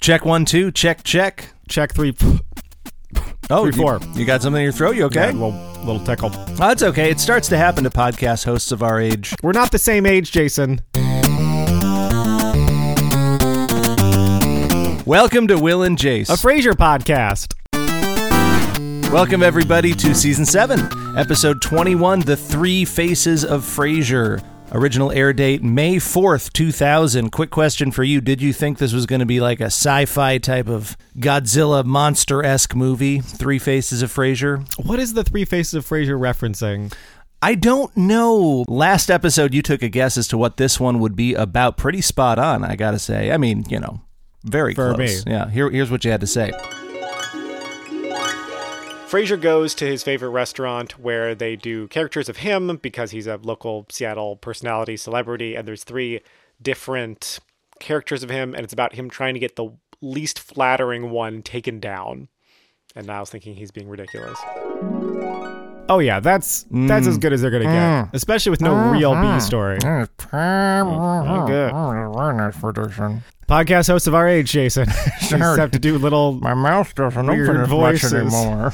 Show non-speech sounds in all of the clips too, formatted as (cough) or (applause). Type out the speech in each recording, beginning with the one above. Check one, two. Check, check. Check three. (laughs) Oh, Three, you- four. You, got something in your throat? You okay? Yeah, little, little tickle. Oh, it's okay. It starts to happen to podcast hosts of our age. We're not the same age, Jason. Welcome to Will and Jace. A Frasier podcast. Welcome everybody to season seven, episode twenty-one, "The Three Faces of Frasier." Original air date May fourth, two thousand. Quick question for you: Did you think this was going to be like a sci-fi type of Godzilla monster-esque movie, Three Faces of Frasier? What is the Three Faces of Frasier referencing? I don't know. Last episode, you took a guess as to what this one would be about. Pretty spot on, I gotta say. I mean, you know, very For close. me. Yeah. Here, here's what you had to say. Frasier goes to his favorite restaurant where they do characters of him because he's a local Seattle personality celebrity, and there's three different characters of him, and it's about him trying to get the least flattering one taken down. And I was thinking he's being ridiculous. Oh yeah, that's that's as good as they're gonna get, especially with no real B story. Podcast host of our age, Jason. (laughs) Just have to do little My mouth doesn't Weird open as voices. much anymore.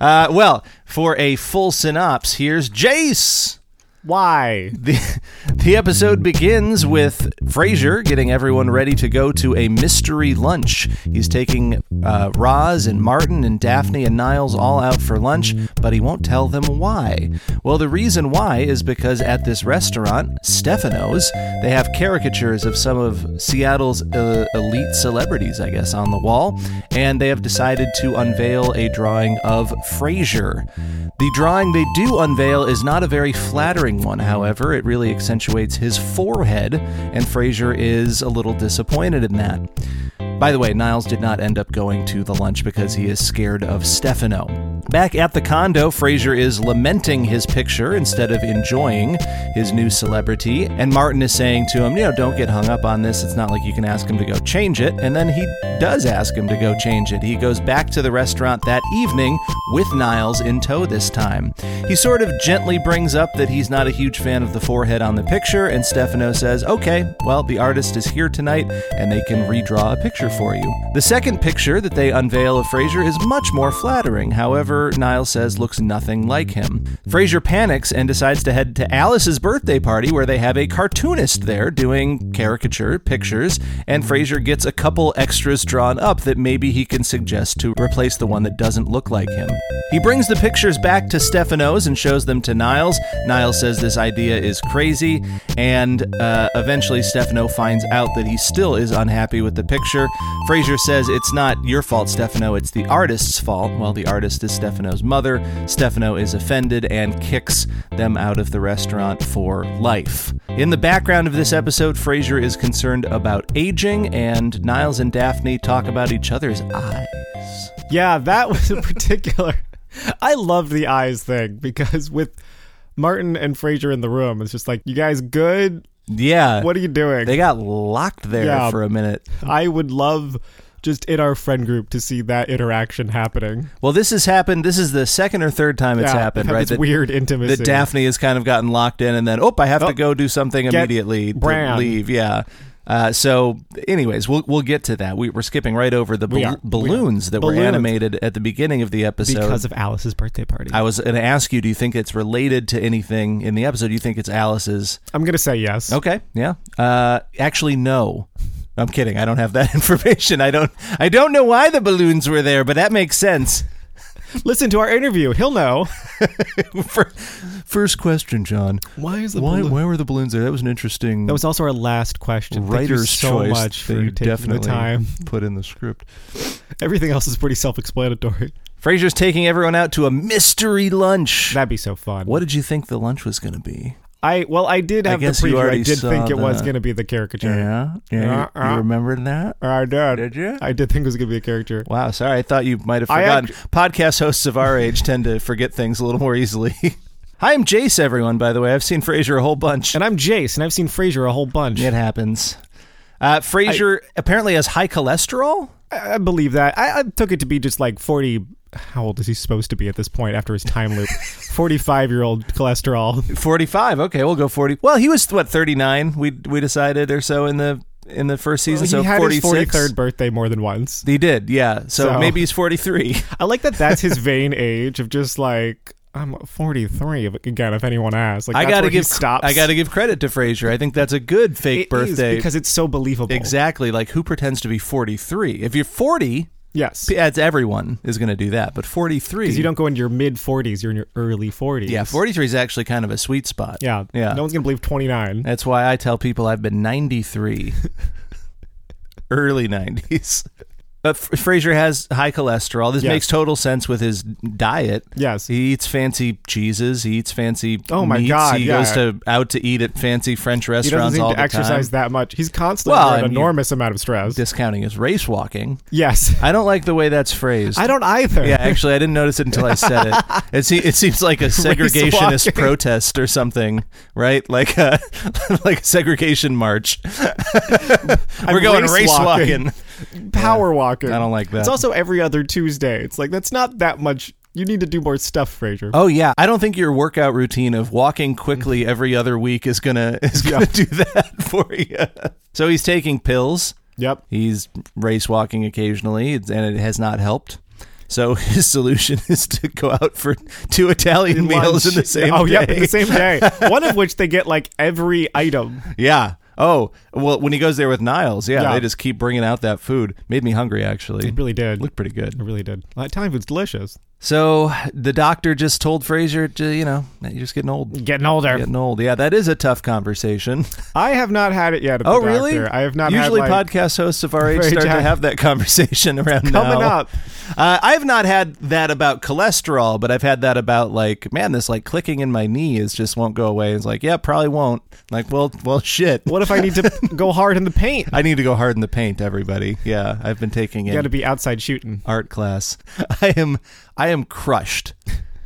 Uh, well, for a full synopsis, here's Jace. why. The, (laughs) the episode begins with Frasier getting everyone ready to go to a mystery lunch. He's taking uh, Roz and Martin and Daphne and Niles all out for lunch, but he won't tell them why. Well, the reason why is because at this restaurant, Stefano's, they have caricatures of some of Seattle's uh, elite celebrities, I guess, on the wall, and they have decided to unveil a drawing of Frasier. The drawing they do unveil is not a very flattering one, however. It really accentuates his forehead, and Frasier is a little disappointed in that. By the way, Niles did not end up going to the lunch because he is scared of Stefano. Back at the condo, Frasier is lamenting his picture instead of enjoying his new celebrity, and Martin is saying to him, you know, don't get hung up on this. It's not like you can ask him to go change it. And then he does ask him to go change it. He goes back to the restaurant that evening with Niles in tow this time. He sort of gently brings up that he's not a huge fan of the forehead on the picture, and Stefano says, Okay, well, the artist is here tonight, and they can redraw a picture for you. The second picture that they unveil of Frasier is much more flattering, however, Niles says looks nothing like him. Frasier panics and decides to head to Alice's birthday party where they have a cartoonist there doing caricature pictures, and Frasier gets a couple extras drawn up that maybe he can suggest to replace the one that doesn't look like him. He brings the pictures back to Stefano's and shows them to Niles. Niles says this idea is crazy, and uh, eventually Stefano finds out that he still is unhappy with the picture. Frasier says it's not your fault, Stefano, it's the artist's fault. Well, the artist is Stefano's mother. Stefano is offended and kicks them out of the restaurant for life. In the background of this episode, Frasier is concerned about aging, and Niles and Daphne talk about each other's eyes. Yeah, that was a (laughs) particular. I love the eyes thing because with Martin and Fraser in the room, it's just like, you guys good? Yeah. What are you doing? They got locked there Yeah. for a minute. I would love just in our friend group to see that interaction happening. Well, this has happened. This is the second or third time it's Yeah, happened, have right? This weird intimacy. that Daphne has kind of gotten locked in, and then oh, I have Oh, to go do something get immediately to Bran. leave. Yeah. Uh, so, anyways, we'll we'll get to that. We, we're skipping right over the We bal- are. We are. balloons that were Balloons. animated at the beginning of the episode. because of Alice's birthday party. I was going to ask you, do you think it's related to anything in the episode? Do you think it's Alice's? I'm going to say yes. Okay, yeah. Uh, actually, no. I'm kidding. I don't have that (laughs) information. I don't. I don't know why the balloons were there, but that makes sense. Listen to our interview. He'll know. (laughs) Fir- First question, John. Why is the Why, balloon- why were the balloons there? That was an interesting That was also our last question. Thank you writer's so choice much that for you taking definitely the time. (laughs) put in the script. Everything else is pretty self-explanatory. Frasier's taking everyone out to a mystery lunch. That'd be so fun. what did you think the lunch was going to be? I well, I did I have the guess you preview. I already did saw think it was the- going to be the caricature. Yeah, yeah. You, you Uh-uh. remembered that? I did. Did you? I did think it was going to be a caricature. Wow, sorry. I thought you might have I forgotten. Podcast hosts of our age tend to forget things a little more easily. (laughs) Hi, I'm Jace, everyone, by the way. I've seen Frasier a whole bunch. And I'm Jace, and I've seen Frasier a whole bunch. it happens. Uh, Frasier apparently has high cholesterol. I, I believe that. I, I took it to be just like 40. How old is he supposed to be at this point after his time (laughs) loop? 45 year old cholesterol. 45. Okay, we'll go 40. Well, he was, what, 39, we, we decided or so in the in the first season. (laughs) he so had 46. his 43rd birthday more than once. He did, yeah. So, So- maybe he's 43. I like that that's (laughs) his vain age of just like, I'm 43. If- Again, if anyone asks, like, I that's gotta where he give stops. I gotta give credit to Frasier. I think that's a good fake It is birthday. because it's so believable. exactly, like who pretends to be 43? If you're 40, Yes. that's everyone is going to do that. But 43, Because you don't go into your mid 40s, you're in your early 40s. yeah, 43 is actually kind of a sweet spot. Yeah. yeah. No one's going to believe 29. That's why I tell people I've been (laughs) 93, early 90s. But F- Fraser has high cholesterol. This Yes. makes total sense with his diet. Yes. He eats fancy cheeses. He eats fancy. Oh my meats. God, He yeah. goes to out to eat at fancy French He doesn't restaurants seem all to the exercise time. that much. He's constantly Well, under an and you- enormous amount of stress. Discounting his race walking. (laughs) yes. I don't like the way that's phrased. I don't either. yeah, actually, I didn't notice it until I said (laughs) it. It, se- it seems like a segregationist protest or something, right? Like a (laughs) like a segregation (laughs) march. We're going race walking. power walking. I don't like that. It's also every other Tuesday. It's like that's not that much. You need to do more stuff, Fraser. Oh yeah, I don't think your workout routine of walking quickly every other week is gonna is gonna (laughs) do that for you. So he's taking pills. Yep. He's race walking occasionally, and it has not helped. So (laughs) his solution is to go out for two Italian meals in the Lunch. same oh, day. yep, in the (laughs) same day. One of which they get like every item. Yeah. Oh, well, when he goes there with Niles, yeah, Yeah. they just keep bringing out that food. Made me hungry, actually. It really did. Looked pretty good. It really did. Uh, Italian food's delicious. So the doctor just told Fraser, "J- you know, you're just getting old. Getting older. Getting old. Yeah, that is a tough (laughs) conversation. I have not had it yet. At the Oh, really? doctor. I have not. had, Usually, like, podcast hosts of (laughs) our age Very start to jack- have that conversation around Coming now. up. Uh, I have not had that about cholesterol, but I've had that about like, man, this like clicking in my knee is just won't go away. It's like, yeah, probably won't. Like, well, well, shit. What if I need to go hard in the paint? I need to go hard in the paint, everybody. Yeah, I've been taking You it. got to be outside shooting. art class. (laughs) I am I am crushed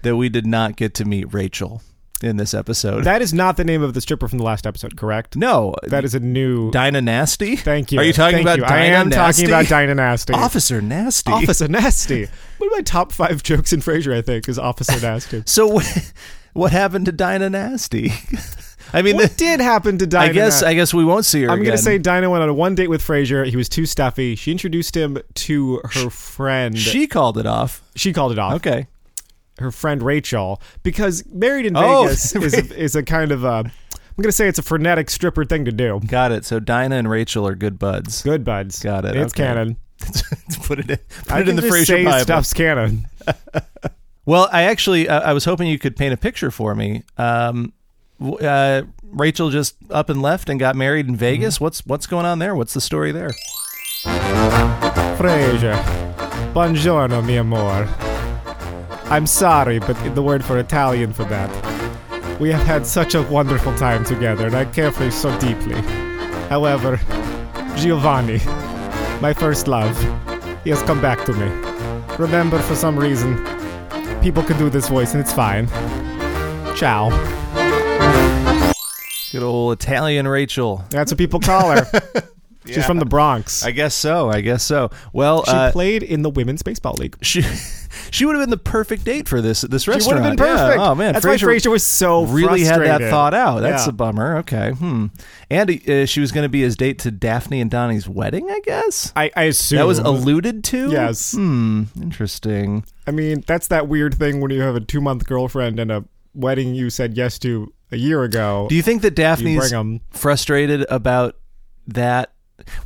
that we did not get to meet Rachel in this episode. That is not the name of the stripper from the last episode, correct? no, That is a new. Dinah Nasty. Thank you. Are you talking Thank about you. Dinah I am Nasty? talking about Dinah Nasty. Officer Nasty? Officer Nasty. One of my top five jokes in Frasier, I think, is Officer (laughs) Nasty. So what, what happened to Dinah Nasty? (laughs) I mean, what the- did happen to (laughs) Dinah? I guess I guess we won't see her. am again. gonna say Dinah went on a one date with Frasier. He was too stuffy. She introduced him to her friend. she called it off. She called it off. Okay. Her friend Rachel, because married in Oh, (laughs) Vegas is a, is a kind of a. I'm gonna say it's a frenetic stripper thing to do. Got it. So Dinah and Rachel are good buds. Good buds. Got it. It's Okay. canon. (laughs) put it in, put I it in can the just Frasier say Bible. stuff's canon. Well, I actually uh, I was hoping you could paint a picture for me. Um, w- uh, Rachel just up and left and got married Mm-hmm. in Vegas. What's what's going on there? What's the story there? Frasier. Buongiorno, mi amor. I'm sorry, but the word for Italian for that. We have had such a wonderful time together, and I care for you so deeply. However, Giovanni, my first love, he has come back to me. Remember, for some reason, people can do this voice, and it's fine. Ciao. Good old Italian Rachel. That's what people (laughs) call her. She's from the Bronx. I guess so. I guess so. Well, she uh, played in the women's baseball league. she (laughs) she would have been the perfect date for this this She would restaurant. have been Yeah. perfect. Oh man, that's Frasier why Frasier was so really had frustrated. that thought out. That's Yeah. a bummer. Okay. Hmm. And uh, she was going to be his date to Daphne and Donnie's wedding. I guess I, I assume that was alluded to. Yes. Hmm. Interesting. I mean, that's that weird thing when you have a two-month girlfriend and a wedding you said yes to a year ago. Do you think that you bring Daphne's 'em. frustrated about that?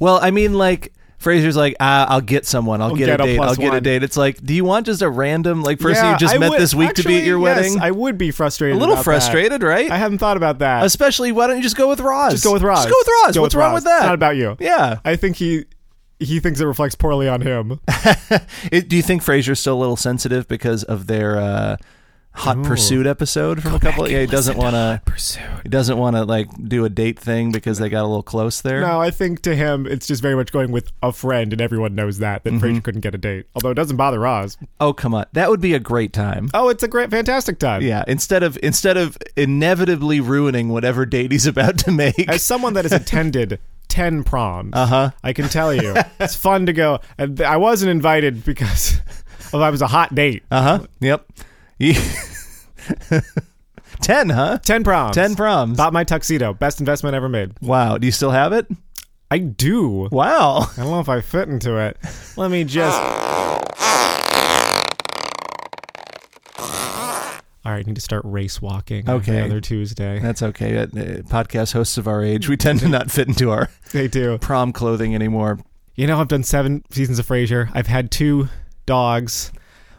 Well, I mean, like Fraser's like, ah, I'll get someone, I'll, get, get a a date, plus I'll get a one." date. It's like, do you want just a random like person Yeah, you just I met would- this week to be at your actually, yes, wedding? I would be frustrated. a little about that. frustrated, right? I haven't thought about that. Especially, why don't you just go with Roz? Just go with Roz. Just go with Roz. Go What's wrong Roz. with that? It's not about you. yeah. I think he he thinks it reflects poorly on him. It- do you think Frasier's still a little sensitive because of their uh, Hot Pursuit episode from a couple? Yeah, he doesn't want to. He doesn't want to like do a date thing because they got a little close there. No, I think to him it's just very much going with a friend, and everyone knows that that Frasier couldn't get a date. Although it doesn't bother Roz. Oh come on, that would be a great time. Oh, it's a great, fantastic time. Yeah, instead of instead of inevitably ruining whatever date he's (laughs) about to make. as someone (laughs) that has attended 10 proms, uh-huh. I can tell you (laughs) it's fun to go. And th- I wasn't invited because (laughs) well, I was a hot date. Uh huh. Yep. Ye- (laughs) Ten, huh? 10 proms. Ten proms. Bought my tuxedo. Best investment ever made. Wow. Do you still have it? I do. Wow. I don't know if I fit into it. Let me (laughs) just. All right, I need to start race walking. Okay. Every other Tuesday. That's okay. Uh, Podcast hosts of our age, we tend to not fit into our They do. prom clothing anymore. You know, I've done seven seasons of Frasier. I've had two dogs.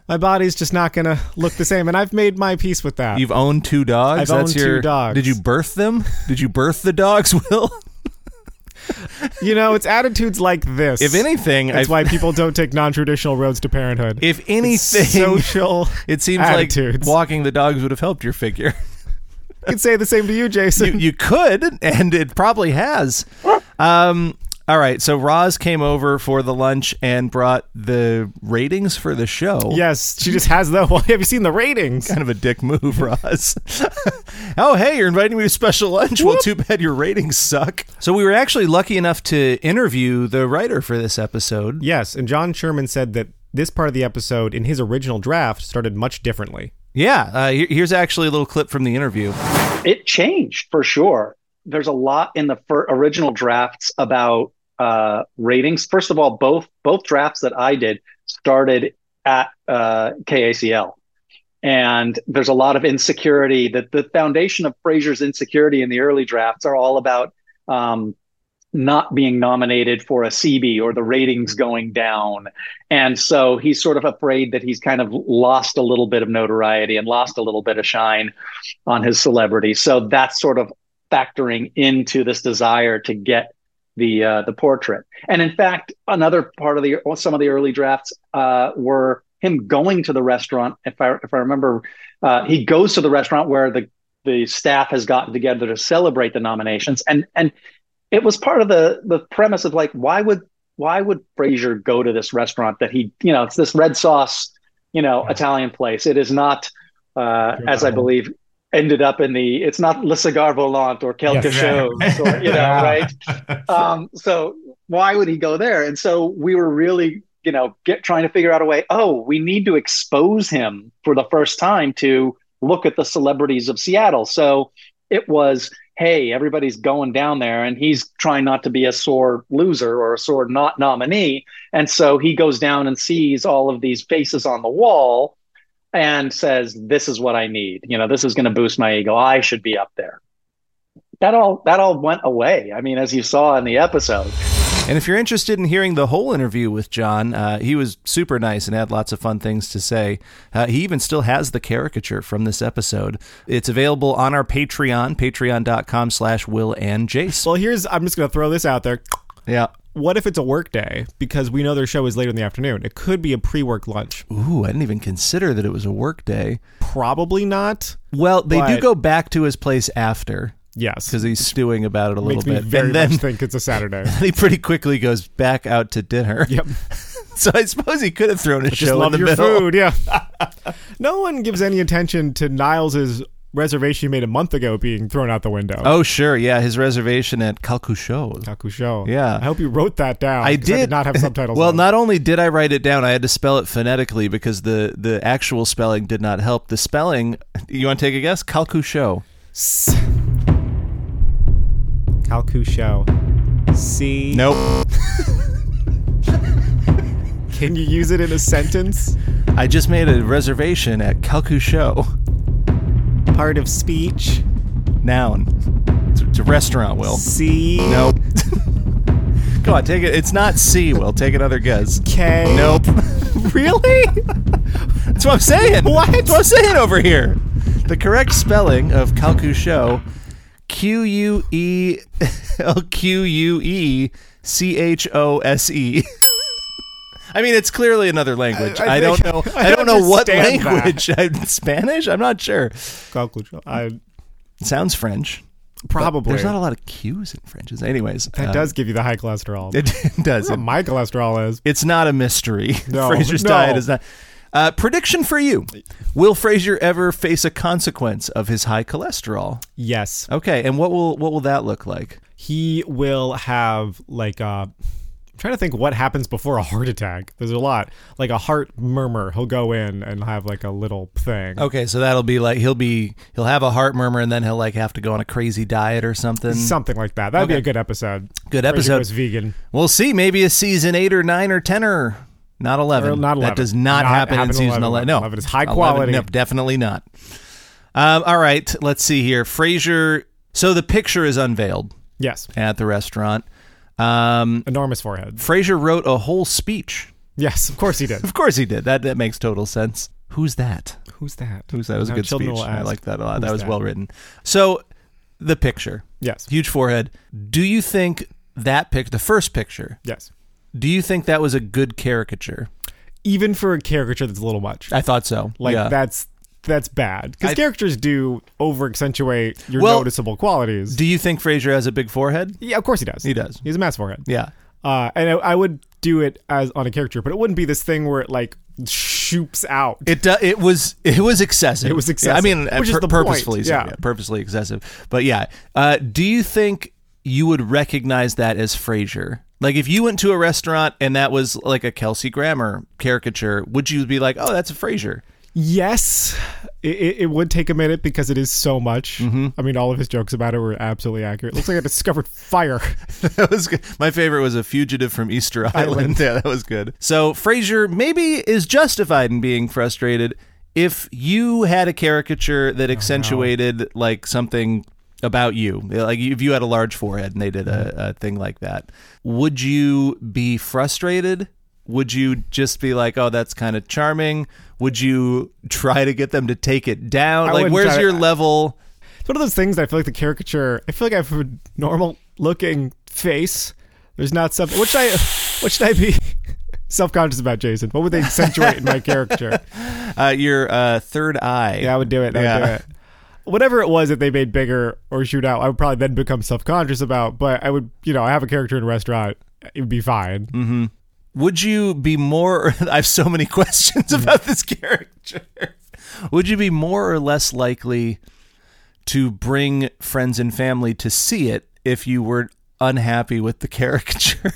My body's just not gonna look the same, and I've made my peace with that. You've owned two dogs. I've That's owned two your, dogs. Did you birth them? Did you birth the dogs, (laughs) Will? you know, it's attitudes like this. If anything, that's I've- why people don't take non-traditional roads to parenthood. if (laughs) anything, (laughs) social. it seems like attitudes. walking the dogs would have helped your figure. I could say the same to you, you, Jason. you could, and it probably has. Um, all right, so Roz came over for the lunch and brought the ratings for the show. yes, she just has the. (laughs) Well, have you seen the ratings? Kind of a dick move, (laughs) Roz. oh, hey, you're inviting me to special lunch. Well, too bad your ratings suck. So, we were actually lucky enough to interview the writer for this episode. Yes, and John Sherman said that this part of the episode in his original draft started much differently. Yeah, uh, here- here's actually a little clip from the interview. it changed for sure. There's a lot in the fir- original drafts about uh, ratings. First of all, both both drafts that I did started at uh, KACL, and there's a lot of insecurity. That the foundation of Frazier's insecurity in the early drafts are all about um, not being nominated for a CB or the ratings going down, and so he's sort of afraid that he's kind of lost a little bit of notoriety and lost a little bit of shine on his celebrity. So that's sort of factoring into this desire to get the uh, the portrait. And in fact, another part of the or some of the early drafts uh, were him going to the restaurant. If I if I remember, uh, he goes to the restaurant where the the staff has gotten together to celebrate the nominations, and and it was part of the the premise of like why would why would Frasier go to this restaurant that he you know it's this red sauce you know Yeah. Italian place. It is not uh, as I Wow. believe ended up in the it's not Le Cigar Volant or Quelque Yes. Chose (laughs) or you know Yeah. right um, so why would he go there? And so we were really, you know, get trying to figure out a way. Oh, we need to expose him for the first time to look at the celebrities of Seattle. So it was, hey, everybody's going down there, and he's trying not to be a sore loser or a sore not nominee. And so he goes down and sees all of these faces on the wall and says, "This is what I need. You know, this is going to boost my ego. I should be up there." That all that all went away. I mean, as you saw in the episode. And if you're interested in hearing the whole interview with John, uh, he was super nice and had lots of fun things to say. Uh, he even still has the caricature from this episode. It's available on our Patreon, patreon.com slash Will and Jace. Well, here's I'm just gonna throw this out there. Yeah. What if it's a work day? Because we know their show is later in the afternoon. It could be a pre-work lunch. Ooh, I didn't even consider that it was a work day. Probably not. Well, they do But- go back to his place after Yes. because he's stewing about it a little Makes me bit. very and then much think it's a Saturday. (laughs) he pretty quickly goes back out to dinner. yep. (laughs) So I suppose he could have thrown a Just show in love the your middle. (laughs) food. Yeah. no one gives any attention to Niles's reservation he made a month ago being thrown out the window. Oh, sure. Yeah. His reservation at Calcuchot. Kakusho. Yeah. I hope you wrote that down. I 'cause did. (laughs) not have subtitles. Well, on. not only did I write it down, I had to spell it phonetically because the the actual spelling did not help. The spelling, you want to take a guess? Calcucho. S- Kakusho. C. Nope. Can you use it in a sentence? I just made a reservation at Calcucho. Part of speech. Noun. It's, it's a restaurant, Will. C. Nope. (laughs) Come on, take it. It's not C, Will. Take another guess. K. (laughs) Nope. really? That's what I'm saying. What? That's what I'm saying over here. The correct spelling of Calcucho, Q U E L Q U E C H O S E. (laughs) I mean, it's clearly another language. I, I- I don't know. think- I, (laughs) I don't know what understand that. language. (laughs) Spanish? I'm not sure. Kakusho. Oh, I, sounds French. but probably. There's not a lot of Q's in French. Anyways, that uh, does give you the high cholesterol. It, (laughs) does. That's what It, my cholesterol is. it's not a mystery. (laughs) No, Fraser's no. diet is not. Uh, prediction for you: Will Fraser ever face a consequence of his high cholesterol? Yes. Oh. Okay, and what will what will that look like? He will have like a trying to think what happens before a heart attack. There's a lot. Like a heart murmur, he'll go in and have like a little thing. Okay, so that'll be like he'll be he'll have a heart murmur and then he'll like have to go on a crazy diet or something. Something like that. That'd be Okay. a good episode. Good Frasier episode. goes vegan. We'll see. Maybe a season eight or nine or ten or not eleven. Or not 11. That does not, Not happen, in happen season 11. eleven. No, 11 is high quality. No, definitely not. Um, all right, let's see here. Frasier. So the picture is unveiled Yes. at the restaurant. Um, Enormous forehead. Frasier wrote a whole speech. Yes, of course he did. Of course he did. That that makes total sense. Who's that? Who's that? (laughs) Who's that? It was a Now good children speech. will I ask, like that a lot. That "Who's was well written. So the picture, Yes. huge forehead. Do you think that pic, the first picture? Yes. Do you think that was a good caricature? Even for a caricature that's a little much. I thought so. Like Yeah. that's that's bad because I- characters do over accentuate your Well, noticeable qualities. Do you think Frasier has a big forehead? yeah, of course he does. He does. He's a massive forehead. Yeah. Uh, and I, I would do it as on a caricature, but it wouldn't be this thing where it like shoots out. It do, it was it was excessive. It was Yeah, I excessive, mean, which is the point. purposefully, so- Yeah. purposely excessive. But yeah, uh, do you think you would recognize that as Frasier? Like, if you went to a restaurant and that was like a Kelsey Grammer caricature, would you be like, "Oh, that's a Frasier"? yes, it, it, it would take a minute because it is so much. Mm-hmm. I mean, all of his jokes about it were absolutely accurate. looks like I discovered fire. (laughs) that was good. my favorite was a fugitive from Easter Island. Yeah, that was good. So Frasier maybe is justified in being frustrated if you had a caricature Oh, that accentuated like something about you, like if you had a large forehead and they did Mm-hmm. a, a thing like that, would you be frustrated? Would you just be like, "Oh, that's kind of charming"? Would you try to get them to take it down? I like, wouldn't where's try to- your level? It's one of those things that I feel like the caricature. I feel like I have a normal looking face. There's not something. What should I? What should I be (laughs) self conscious about, Jason? What would they accentuate in my caricature? Uh, your uh, third eye. (laughs) Yeah, I would do it. That would Yeah. do it. Whatever it was that they made bigger or shoot out, I would probably then become self conscious about. But I would, you know, I have a character in a restaurant. It would be fine. Would you be more? (laughs) I have so many questions about this character. Would you be more or less likely to bring friends and family to see it if you were unhappy with the (laughs) caricature?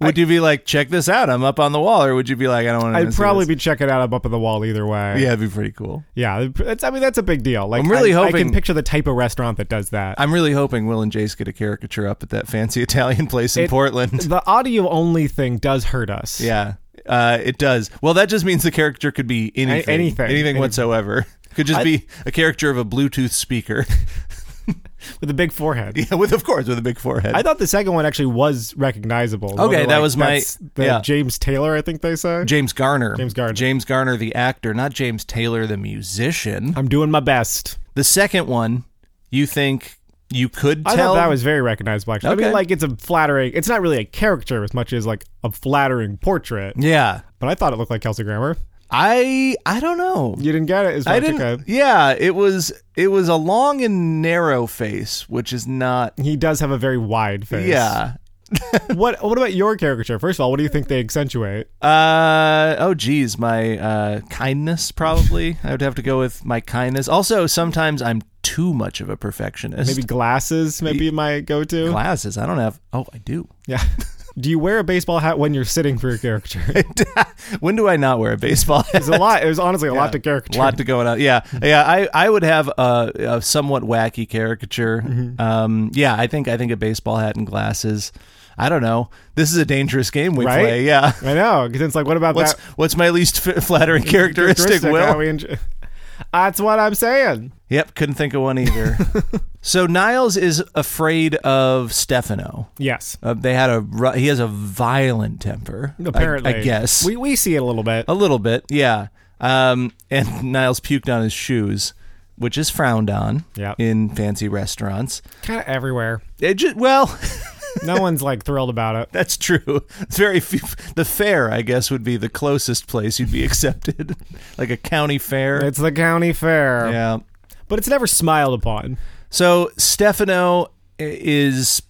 would you be like, check this out, I'm up on the wall, or would you be like, I don't want to? I'd probably be checking out. I'm up on the wall either way. Yeah, it'd be pretty cool. yeah. That's, I mean, that's a big deal. Like, I'm really I, I hoping- can picture the type of restaurant that does that. I'm really hoping Will and Jace get a caricature up at that fancy (laughs) Italian place in It- Portland. the audio only thing does hurt us. Yeah, uh, it does. Well, that just means the character could be anything, anything. anything Any- whatsoever. (laughs) Could just be a character of a Bluetooth speaker. (laughs) with a big forehead. Yeah, with of course with a big forehead. I thought the second one actually was recognizable. The one Okay, that was my- that's the yeah. James Taylor, I think they say. James Garner. James Garner. James Garner, the actor, not James Taylor, the musician. I'm doing my best. The second one, you think you could I tell? thought that was very recognizable. Actually, I Okay. mean, like it's a flattering. It's not really a character as much as like a flattering portrait. yeah. But I thought it looked like Kelsey Grammer. I I don't know. You didn't get it as much. I didn't. okay. Yeah, it was it was a long and narrow face, which is not. He does have a very wide face. Yeah. (laughs) What What about your caricature? First of all, what do you think they accentuate? Uh oh, geez, my uh, kindness probably. I would have to go with my kindness. Also, sometimes I'm too much of a perfectionist. Maybe glasses. Maybe my go-to. glasses. I don't have. Oh, I do. yeah. (laughs) do you wear a baseball hat when you're sitting for (laughs) your caricature? when do I not wear a (laughs) baseball hat? It's a lot. It was honestly a lot to A caricature. lot to going on. (laughs) Yeah, yeah. I, I would have a, a somewhat wacky caricature. Mm-hmm. Um, yeah, I think I think a baseball hat and glasses. I don't know. This is a dangerous game we Right? play. Yeah. I know. Because it's like, what about What's that? what's my least f- flattering characteristic? characteristic? Will. How we enjoy- That's what I'm saying. Yep. Couldn't think of one (laughs) either. so Niles is afraid of Stefano. Yes. Uh, they had a ru- he has a violent temper. I- Apparently, I, guess Oh. we we see it a little bit. A little bit, yeah. Um, and (laughs) Niles puked on his shoes, which is frowned on Yep. in fancy restaurants. Kind of everywhere. It ju- well, (laughs) No one's like thrilled about it. that's true. (laughs) It's very few. The fair, I guess, would be the closest place you'd be (laughs) accepted, like a county fair. It's the county fair. yeah. But it's never smiled upon. So Stefano i- is,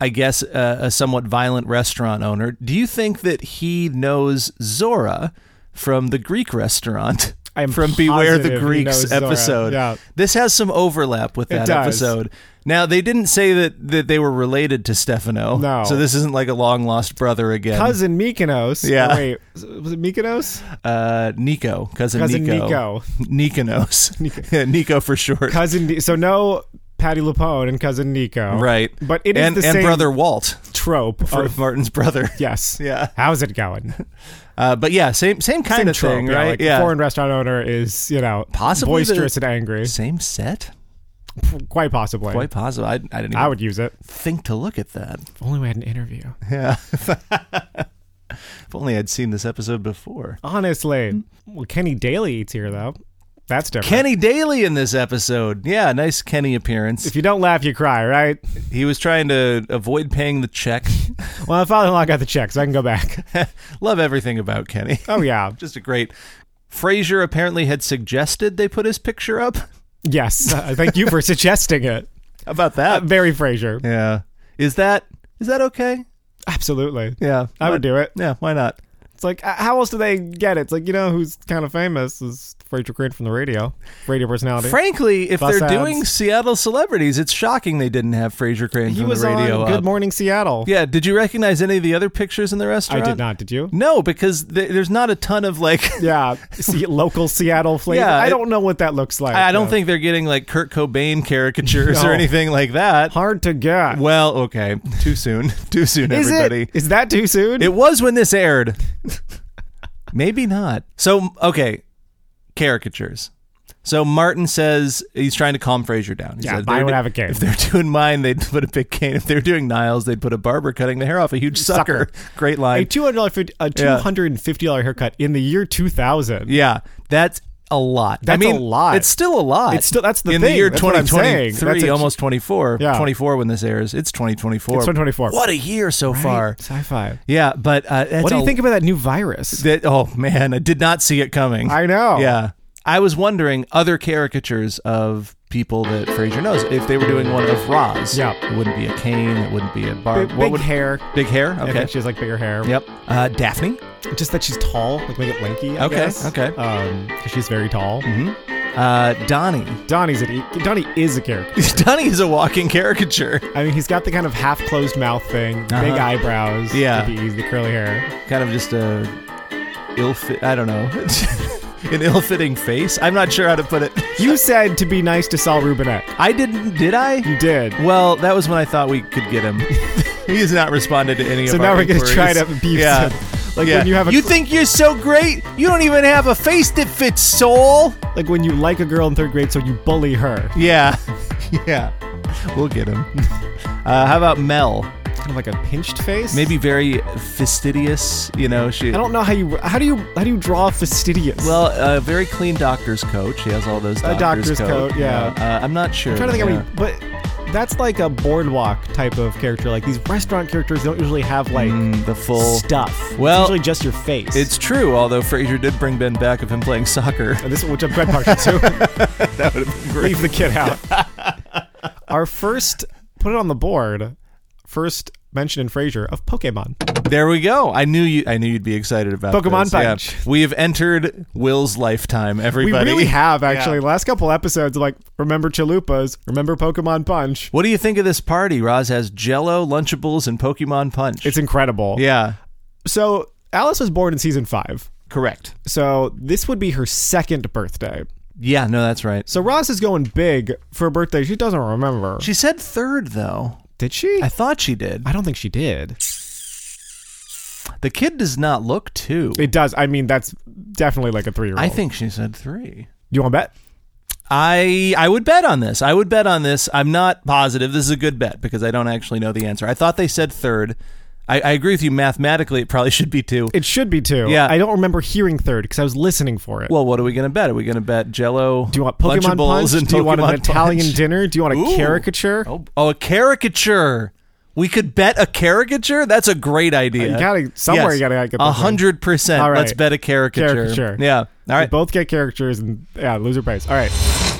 I guess, a, a somewhat violent restaurant owner. Do you think that he knows Zora from the Greek restaurant? I'm from Beware positive the he Greeks knows Zora. episode. Yeah. This has some overlap with It that does. episode. Now they didn't say that that they were related to Stefano. No. So this isn't like a long lost brother again. Cousin Mykonos. Yeah. Oh, wait, was it Mykonos? uh Nico, cousin, Cousin Nico. (laughs) Nico. Mykonos. (laughs) Yeah, Nico for short. Cousin. Ni- so no Patty Lapone and cousin Nico. right. But it is and the and same Oh. brother Walt trope. for of- Martin's brother. (laughs) yes. Yeah. How's it going? Uh, but yeah, same same kind Same of thing, trope, yeah, right? like the Foreign restaurant owner is you know Possibly the- boisterous and angry. Same set? Quite possibly. Quite possible. I, I didn't even I would use it. think to look at that. If only we had an interview. Yeah. if only I'd seen this episode before. Honestly. Well, Kenny Daly eats here though. That's different. Kenny Daly in this episode. Yeah, nice Kenny appearance. If you don't laugh, you cry, right? He was trying to avoid paying the (laughs) check. Well, my father-in-law got the check, so I can (laughs) go back. Love everything about Kenny. (laughs) Oh yeah, Just a great. Frasier apparently had suggested they put his picture up. How (laughs) yes. Uh, thank you for suggesting it. about that? Barry Fraser, Yeah. Is that is that okay? absolutely. Yeah. I would do it. Yeah, why not? It's like, uh, how else do they get it? It's like, you know, who's kind of famous is Fraser Crane from the radio, radio personality. Frankly, if Bus they're ads. doing Seattle celebrities, it's shocking they didn't have Frasier Crane he from was the radio up. on Good Morning Seattle. Yeah, did you recognize any of the other pictures in the I restaurant? did not. Did (laughs) you? No, because th- there's not a ton of like. (laughs) Yeah, see, local Seattle flavor. Yeah, I it- don't know what that looks like. I I don't though. think they're getting like Kurt Cobain caricatures or No. anything like that. hard to get. Well, okay, too soon, (laughs) too soon, Is everybody. it? Is that too soon? It was when this (laughs) aired. Maybe not. So okay, caricatures. So Martin says he's trying to calm Fraser down. He Yeah, said mine they're would do- have a cane. If they're doing mine, they'd (laughs) put a big cane. If they're doing Niles, they'd put a barber cutting the hair off a huge sucker. (laughs) Great a line. two hundred dollar, a two hundred and fifty dollar haircut in the year two thousand. Yeah, that's a lot. I That's a mean, lot. It's still a lot. It's still- that's the in the thing. year That's what I'm saying. 2023, That's a- almost 24, Yeah. 24 when this airs. It's 2024. It's 2024. What a year so far. Sci-fi. Yeah, but uh, that's What do you a- think about that new virus? That, oh man, I did not see it coming. I know. Yeah, I was wondering other caricatures of people that Frasier knows if they were doing one of Roz. Yeah. it wouldn't be a cane. It wouldn't be a bar. Big, what big would hair. big hair? I Okay. think she has like bigger hair. Yep. Uh, Daphne. Just that she's tall, like make it lanky. I Okay, guess. okay. Um, 'cause she's very tall. Uh, Donnie. (laughs) Donnie's a Donnie is a character. Donnie is a walking caricature. I mean, he's got the kind of half-closed mouth thing, big Uh-huh. eyebrows. Yeah. the, the curly hair. kind of just a ill fit I don't know (laughs) an ill-fitting face I'm not sure how to put it You said to be nice to Saul Rubinet. I didn't did I You did. well that was when I thought we could get him (laughs) he has not responded to any So of now our we're gonna inquiries. try to beef yeah. him. Like Yeah. when you have a, think you're so great you don't even have a face that fits soul like when you like a girl in third grade, so you bully her. (laughs) yeah yeah we'll get him uh, how about Mel Kind of like a pinched face. maybe very fastidious you know she I don't know how you how do you how do you draw fastidious. Well, a very clean doctor's coat. She has all those A doctor's, doctor's coat, yeah. Uh, I'm not sure. I'm trying to think yeah. how many, but that's like a boardwalk type of character. Like these restaurant characters don't usually have like Mm, the full. stuff. Well, it's usually just your face. It's true, although Frasier did bring Ben back of him playing (laughs) soccer. And this which I'm quite (laughs) partial to. (laughs) Leave the kid out. Our first put it on the board. First mention in Frasier of Pokemon. There we go. I knew you. I knew you'd be excited about Pokemon this. Yeah. Punch. We have entered Will's lifetime. We Everybody. really have actually. Last couple episodes, like remember Chalupas, remember Pokemon Punch. What do you think of this party? Roz has Jello, Lunchables, and Pokemon Punch. It's incredible. yeah, So Alice was born in season five. correct. So this would be her second birthday. Yeah, no, that's right. So Ross is going big for a birthday she doesn't remember. She said third though. did she? I I, thought she did. don't think she did. The kid does not look two. It does. I mean, that's definitely like a three-year-old. I think she said three. You want to bet? I I would bet on this. I would bet on this. I'm not positive. This is a good bet because I don't actually know the answer. I thought they said third. I, I agree with you. Mathematically, it probably should be two. It should be two. Yeah. I don't remember hearing third because I was listening for it. well, what are we going to bet? Are we going to bet Jello? do you want Pokemon Punch? And do you want Pokemon an Punch? Italian dinner? Do you want a Ooh. caricature? Oh, oh, a caricature. We could bet a caricature. That's a great idea. You gotta- somewhere you gotta get this a one. hundred percent. All right. Let's bet a caricature. Caricature. Yeah. All We right. both get caricatures and yeah, loser pays. All right.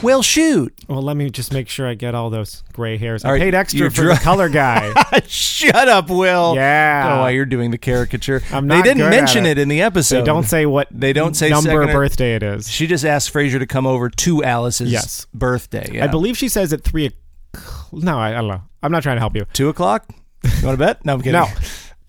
Well, (laughs) shoot. (laughs) Well, let me just make sure I get all those gray hairs. All I right, paid extra you're for dr- the (laughs) color guy. Shut up, Will. Yeah. I don't know why you're doing the caricature. (laughs) I'm they not didn't good at mention it. it. in the episode. they don't say what They don't say number second or- birthday it is. She just asked Fraser to come over to Alice's Yes. birthday. Yeah. I believe she says at three. o'clock. No, I, I don't know. I'm not trying to help you. two o'clock. You want to bet? No, I'm kidding. No.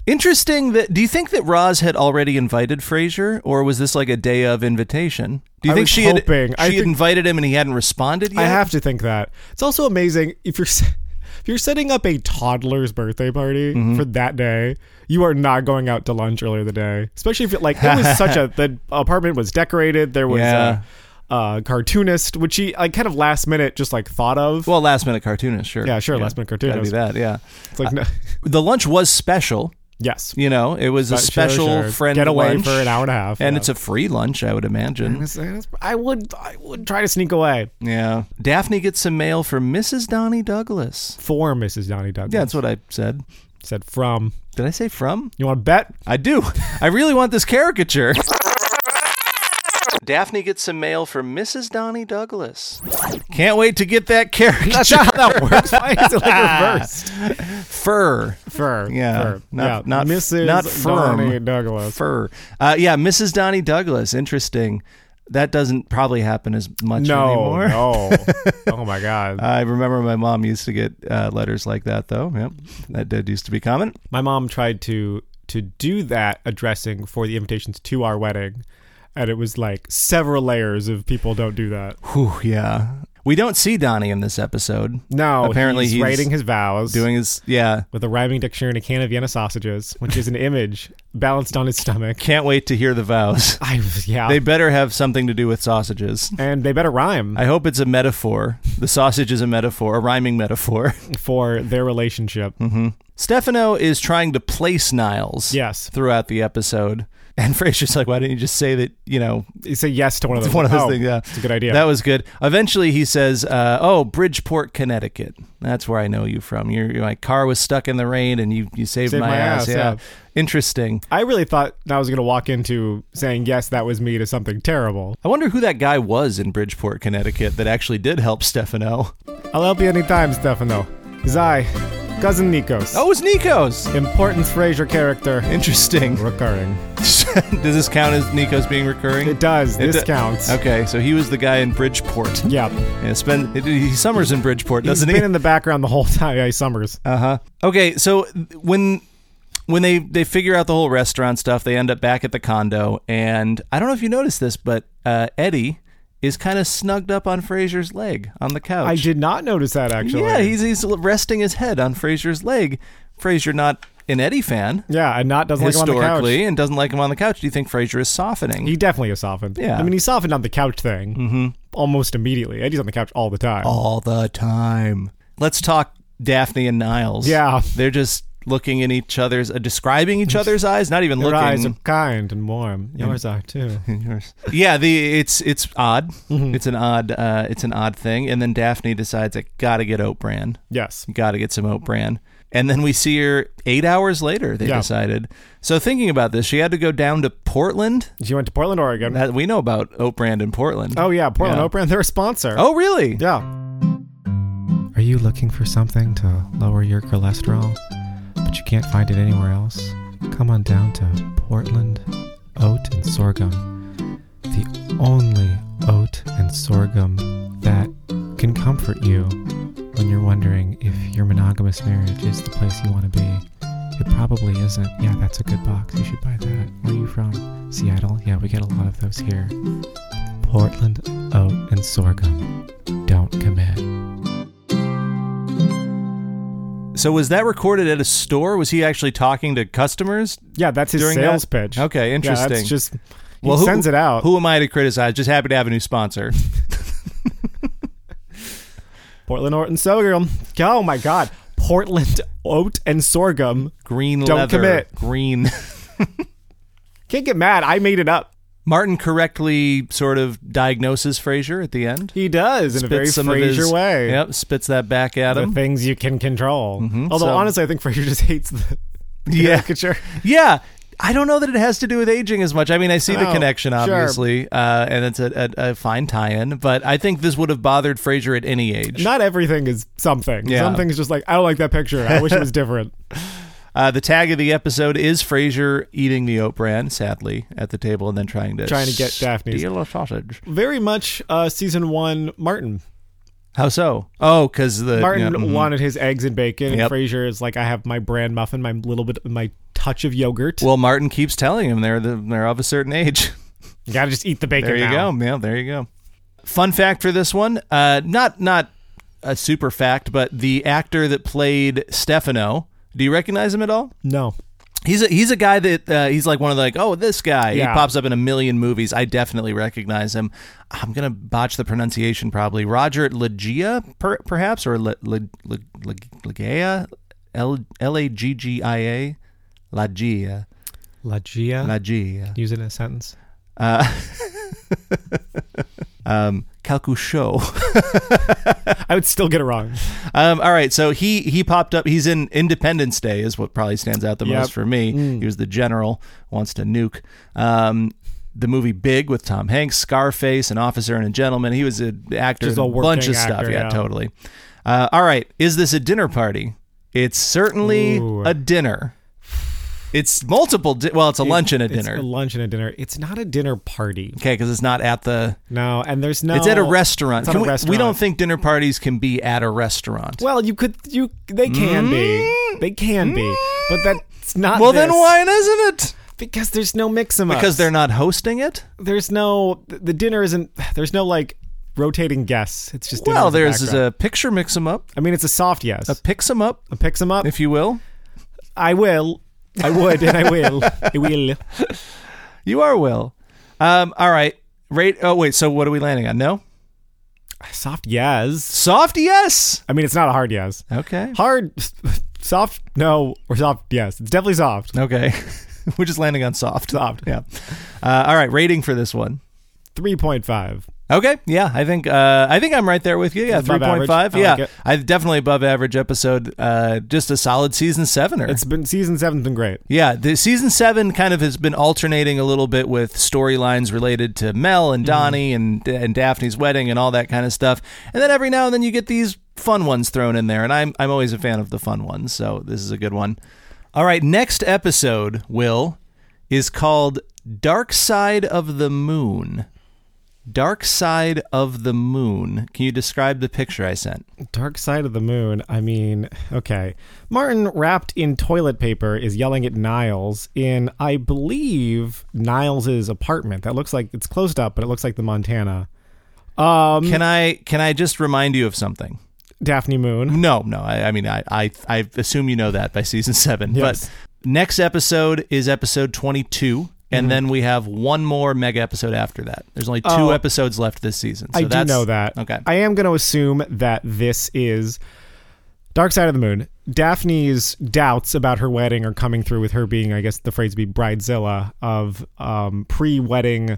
Interesting. That do you think that Roz had already invited Fraser, or was this like a day of invitation? Do you I think was she hoping. had I she had think- invited him and he hadn't responded yet? I have to think that. It's also amazing if you're se- if you're setting up a toddler's birthday party Mm-hmm. for that day, you are not going out to lunch earlier the day. Especially if it like it (laughs) was such a the apartment was decorated, there was Yeah. a, a cartoonist which she like kind of last minute just like thought of. Well, last minute cartoonist, sure. yeah, sure, last minute Gotta be cartoonist. that. Yeah. It's like no, (laughs) The lunch was special. yes. You know, it was a Sure, special sure. friend get away lunch, for an hour and a half. and yeah. it's a free lunch, I would imagine. I would I would try to sneak away Yeah. Daphne gets some mail from Mrs. Donnie Douglas. for Mrs. Donnie Douglas. Yeah, that's what I said. said from. Did I say from? You want to bet? (laughs) I do. (laughs) I really want this caricature. Daphne gets some mail from Mrs. Donnie Douglas. Can't wait to get that caricature. That's how that works. Why is it like reversed? (laughs) Fur. (laughs) Fur. Yeah. Fur. Not- yeah. not- Mrs. not firm. (laughs) Donnie Douglas. Fur. Uh, yeah, Mrs. Donnie Douglas. Interesting. That doesn't probably happen as much No. anymore. No. (laughs) oh my God. I remember my mom used to get uh, letters like that, though. Yep. That did used to be common. my mom tried to to do that addressing for the invitations to our wedding, and it was like several layers of people don't do that. Whew, yeah. We don't see Donnie in this episode. No. Apparently he's writing his vows. Doing his, yeah. with a rhyming dictionary and a can of Vienna sausages, which is an image balanced on his stomach. Can't wait to hear the (laughs) vows. I yeah. They better have something to do with sausages. and they better rhyme I hope it's a metaphor. The sausage is a metaphor, a rhyming (laughs) metaphor. for their relationship. Mm-hmm. Stefano is trying to place Niles Yes. throughout the episode. And (laughs) Fraser's like, why didn't you just say that, you know, You say yes to one of those. one of those Oh, things? Yeah. It's a good idea. That was good. Eventually he says, uh, oh, Bridgeport, Connecticut. That's where I know you from. Your, your- my car was stuck in the rain and you, you saved, Saved my ass, yeah. Interesting. I really thought I was going to walk into saying yes, that was me to something terrible. I wonder who that guy was in Bridgeport, Connecticut that actually did help Stefano. I'll help you anytime, Stefano. Is I, cousin Nikos. Oh, it's Nikos. importance Fraser character Interesting. recurring. (laughs) Does this count as Nico's being recurring? It does. It this do- counts. Okay, so he was the guy in Bridgeport. Yep. Yeah, spend he summers in Bridgeport, He's doesn't been he? in the background the whole time. (laughs) Yeah, he summers. Uh huh. Okay, so when when they they figure out the whole restaurant stuff, they end up back at the condo, and I don't know if you noticed this, but uh, Eddie is kind of snugged up on Fraser's leg on the couch. I did not notice that actually. Yeah, he's he's resting his head on Fraser's leg. Fraser not an Eddie fan yeah, and not doesn't like him on the couch. historically, and doesn't like him on the couch. Do you think Fraser is softening? He definitely is softened. Yeah. Mm-hmm. I mean, he softened on the couch thing almost immediately. Eddie's on the couch all the time. all the time. Let's talk Daphne and Niles. Yeah. They're just looking in each other's, uh, describing each other's eyes, not even Your looking. eyes are kind and warm. Yours are (laughs) too. Yours. Yeah, the it's it's odd. Mm-hmm. It's an odd uh, it's an odd thing. And then Daphne decides I gotta get oat bran. Yes. Gotta get some oat bran. And then we see her eight hours later. They Yeah. decided. So thinking about this, she had to go down to Portland. She went to Portland, Oregon. That we know about oat bran in Portland. oh, yeah. Portland Yeah. Oat Brand. They're a sponsor. Oh, really? Yeah. Are you looking for something to lower your cholesterol, but you can't find it anywhere else? Come on down to Portland Oat and Sorghum, the only oat and sorghum that can comfort you when you're wondering if your monogamous marriage is the place you want to be. It probably isn't. Yeah, that's a good box. You should buy that. Where are you from? Seattle? Yeah, we get a lot of those here. Portland oat and sorghum. Don't commit. So was that recorded at a store? Was he actually talking to customers? Yeah, that's his During sales that? pitch. Okay, interesting. Yeah, that's just he Well, who- sends it out. Who am I to criticize? Just happy to have a new sponsor. Portland Oat and Sorghum. Oh my God, Portland Oat and Sorghum. Green Don't leather. commit. Green. (laughs) Can't get mad. I made it up. Martin correctly sort of diagnoses Fraser at the end. He does in a very Spits some of his- Frasier way. Yep, spits that back at The (laughs) him. things you can control. Although so- honestly, I think Frasier just hates the Yeah. caricature. Yeah. I don't know that it has to do with aging as much. I mean, I see the No, connection, sure. obviously, uh, and it's a, a, a fine tie-in. But I think this would have bothered Frasier at any age. Not everything is something. Yeah. Something's just like I don't like that picture. I (laughs) wish it was different. Uh, the tag of the episode is Frasier eating the oat bran, sadly, at the table, and then trying to Trying to get Daphne's- steal a sausage. Very much uh, season one Martin. How so? Oh, because the Martin yeah, mhm. wanted his eggs and bacon, Yep. and Frasier is like, I have my bran muffin, my little bit, my touch of yogurt. Well, Martin keeps telling him they're the, they're of a certain age. (laughs) you gotta just eat the bacon. There you now. go. Yeah, there you go. Fun fact for this one, uh, not not a super fact, but the actor that played Stefano. Do you recognize him at all? No, He's a, he's a guy that uh, he's like one of the like oh this guy Yeah. he pops up in a million movies I definitely recognize him I'm gonna botch the pronunciation probably Roger Legia per, perhaps or Le, Le, Le, Le, Legia L L A G G I A Lagia La Gia. Lagia Use it in a sentence. um, Calcucho I would still get it wrong. (laughs) Um, all right, so he he popped up. He's in Independence Day, is what probably stands out the Yep. Mm. most for me. He was the general, wants to nuke. Um, the movie Big with Tom Hanks, Scarface, an officer and a gentleman. He was an actor, Just in a a bunch working of stuff. actor, Yeah, yeah. totally. Uh, all right, is this a dinner party? It's certainly Ooh. a dinner. It's multiple. Di- well, it's a lunch and a (laughs) It's dinner. a lunch and a dinner. It's not a dinner party. okay, because it's not at the. No, and there's no. It's at a restaurant. It's at Can a we, we restaurant. don't think dinner parties can be at a restaurant. Well, you could. You they can be. They can be. But that's not. Mm-hmm. well then this. why isn't it? Because there's no mix 'em Because they're not hosting it? there's no th- the dinner isn't there's no like rotating guests. It's just dinner Well, as a there's is background. a picture mix 'em up, I mean, it's a soft yes. a picks 'em up, A picks them up. if you will. I will. I would and I will. I will. You are Will. Um, all right. Rate. Oh wait. So what are we landing on? No. Soft yes. Soft yes. I mean, it's not a hard yes. Okay. Hard, soft no or soft yes. It's definitely soft. Okay. (laughs) We're just landing on soft. Soft. Yeah. Uh, all right. Rating for this one. Three point five. Okay, yeah, I think uh, I think I'm right there with you. Yeah, three Above point average. five. I Yeah, like it. I definitely above average episode. Uh, just a solid season sevener. It's been season seven's been great. Yeah, the season seven kind of has been alternating a little bit with storylines related to Mel and Donnie and and Daphne's wedding and all that kind of stuff. And then every now and then you get these fun ones thrown in there, and I'm I'm always a fan of the fun ones, so this is a good one. All right, next episode, Will, is called Dark Side of the Moon. Dark Side of the Moon. Can you describe the picture I sent? Dark side of the moon. I mean, okay. Martin wrapped in toilet paper is yelling at Niles in, I believe, Niles's apartment. That looks like it's closed up, but it looks like the Montana. Um, Can I can I just remind you of something? Daphne Moon. No, no. I, I mean, I, I, I assume you know that by season seven. Yes. But next episode is episode 22. Mm-hmm. And then we have one more mega episode after that. There's only two Oh. episodes left this season. So I do that's, know that. Okay. I am going to assume that this is Dark Side of the Moon. Daphne's doubts about her wedding are coming through with her being, I guess the phrase would be bridezilla of um, pre wedding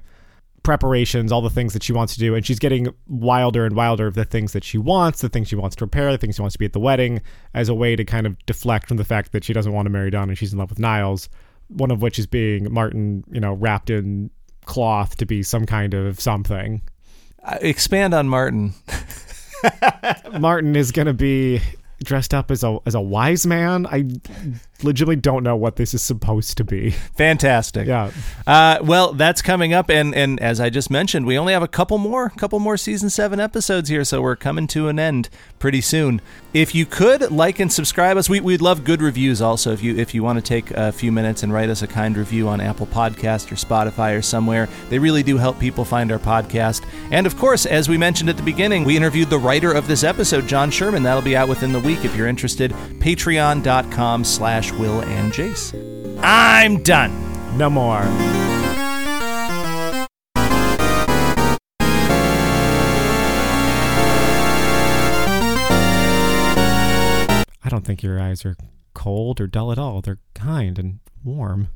preparations, all the things that she wants to do. And she's getting wilder and wilder of the things that she wants, the things she wants to prepare, the things she wants to be at the wedding, as a way to kind of deflect from the fact that she doesn't want to marry Don and she's in love with Niles, one of which is being Martin, you know, wrapped in cloth to be some kind of something. Uh, expand on Martin. (laughs) Martin is going to be dressed up as a as a wise man. I legitimately don't know what this is supposed to be. Fantastic. Yeah. Uh, well, that's coming up, and and as I just mentioned, we only have a couple more, couple more season seven episodes here, so we're coming to an end pretty soon. If you could like and subscribe us, we we'd love good reviews. Also, if you if you want to take a few minutes and write us a kind review on Apple Podcast or Spotify or somewhere, they really do help people find our podcast. And of course, as we mentioned at the beginning, we interviewed the writer of this episode, John Sherman. That'll be out within the week. If you're interested, Patreon.com/slash Will and Jace. I'm done. No more. I don't think your eyes are cold (laughs) or dull at all. They're kind and warm.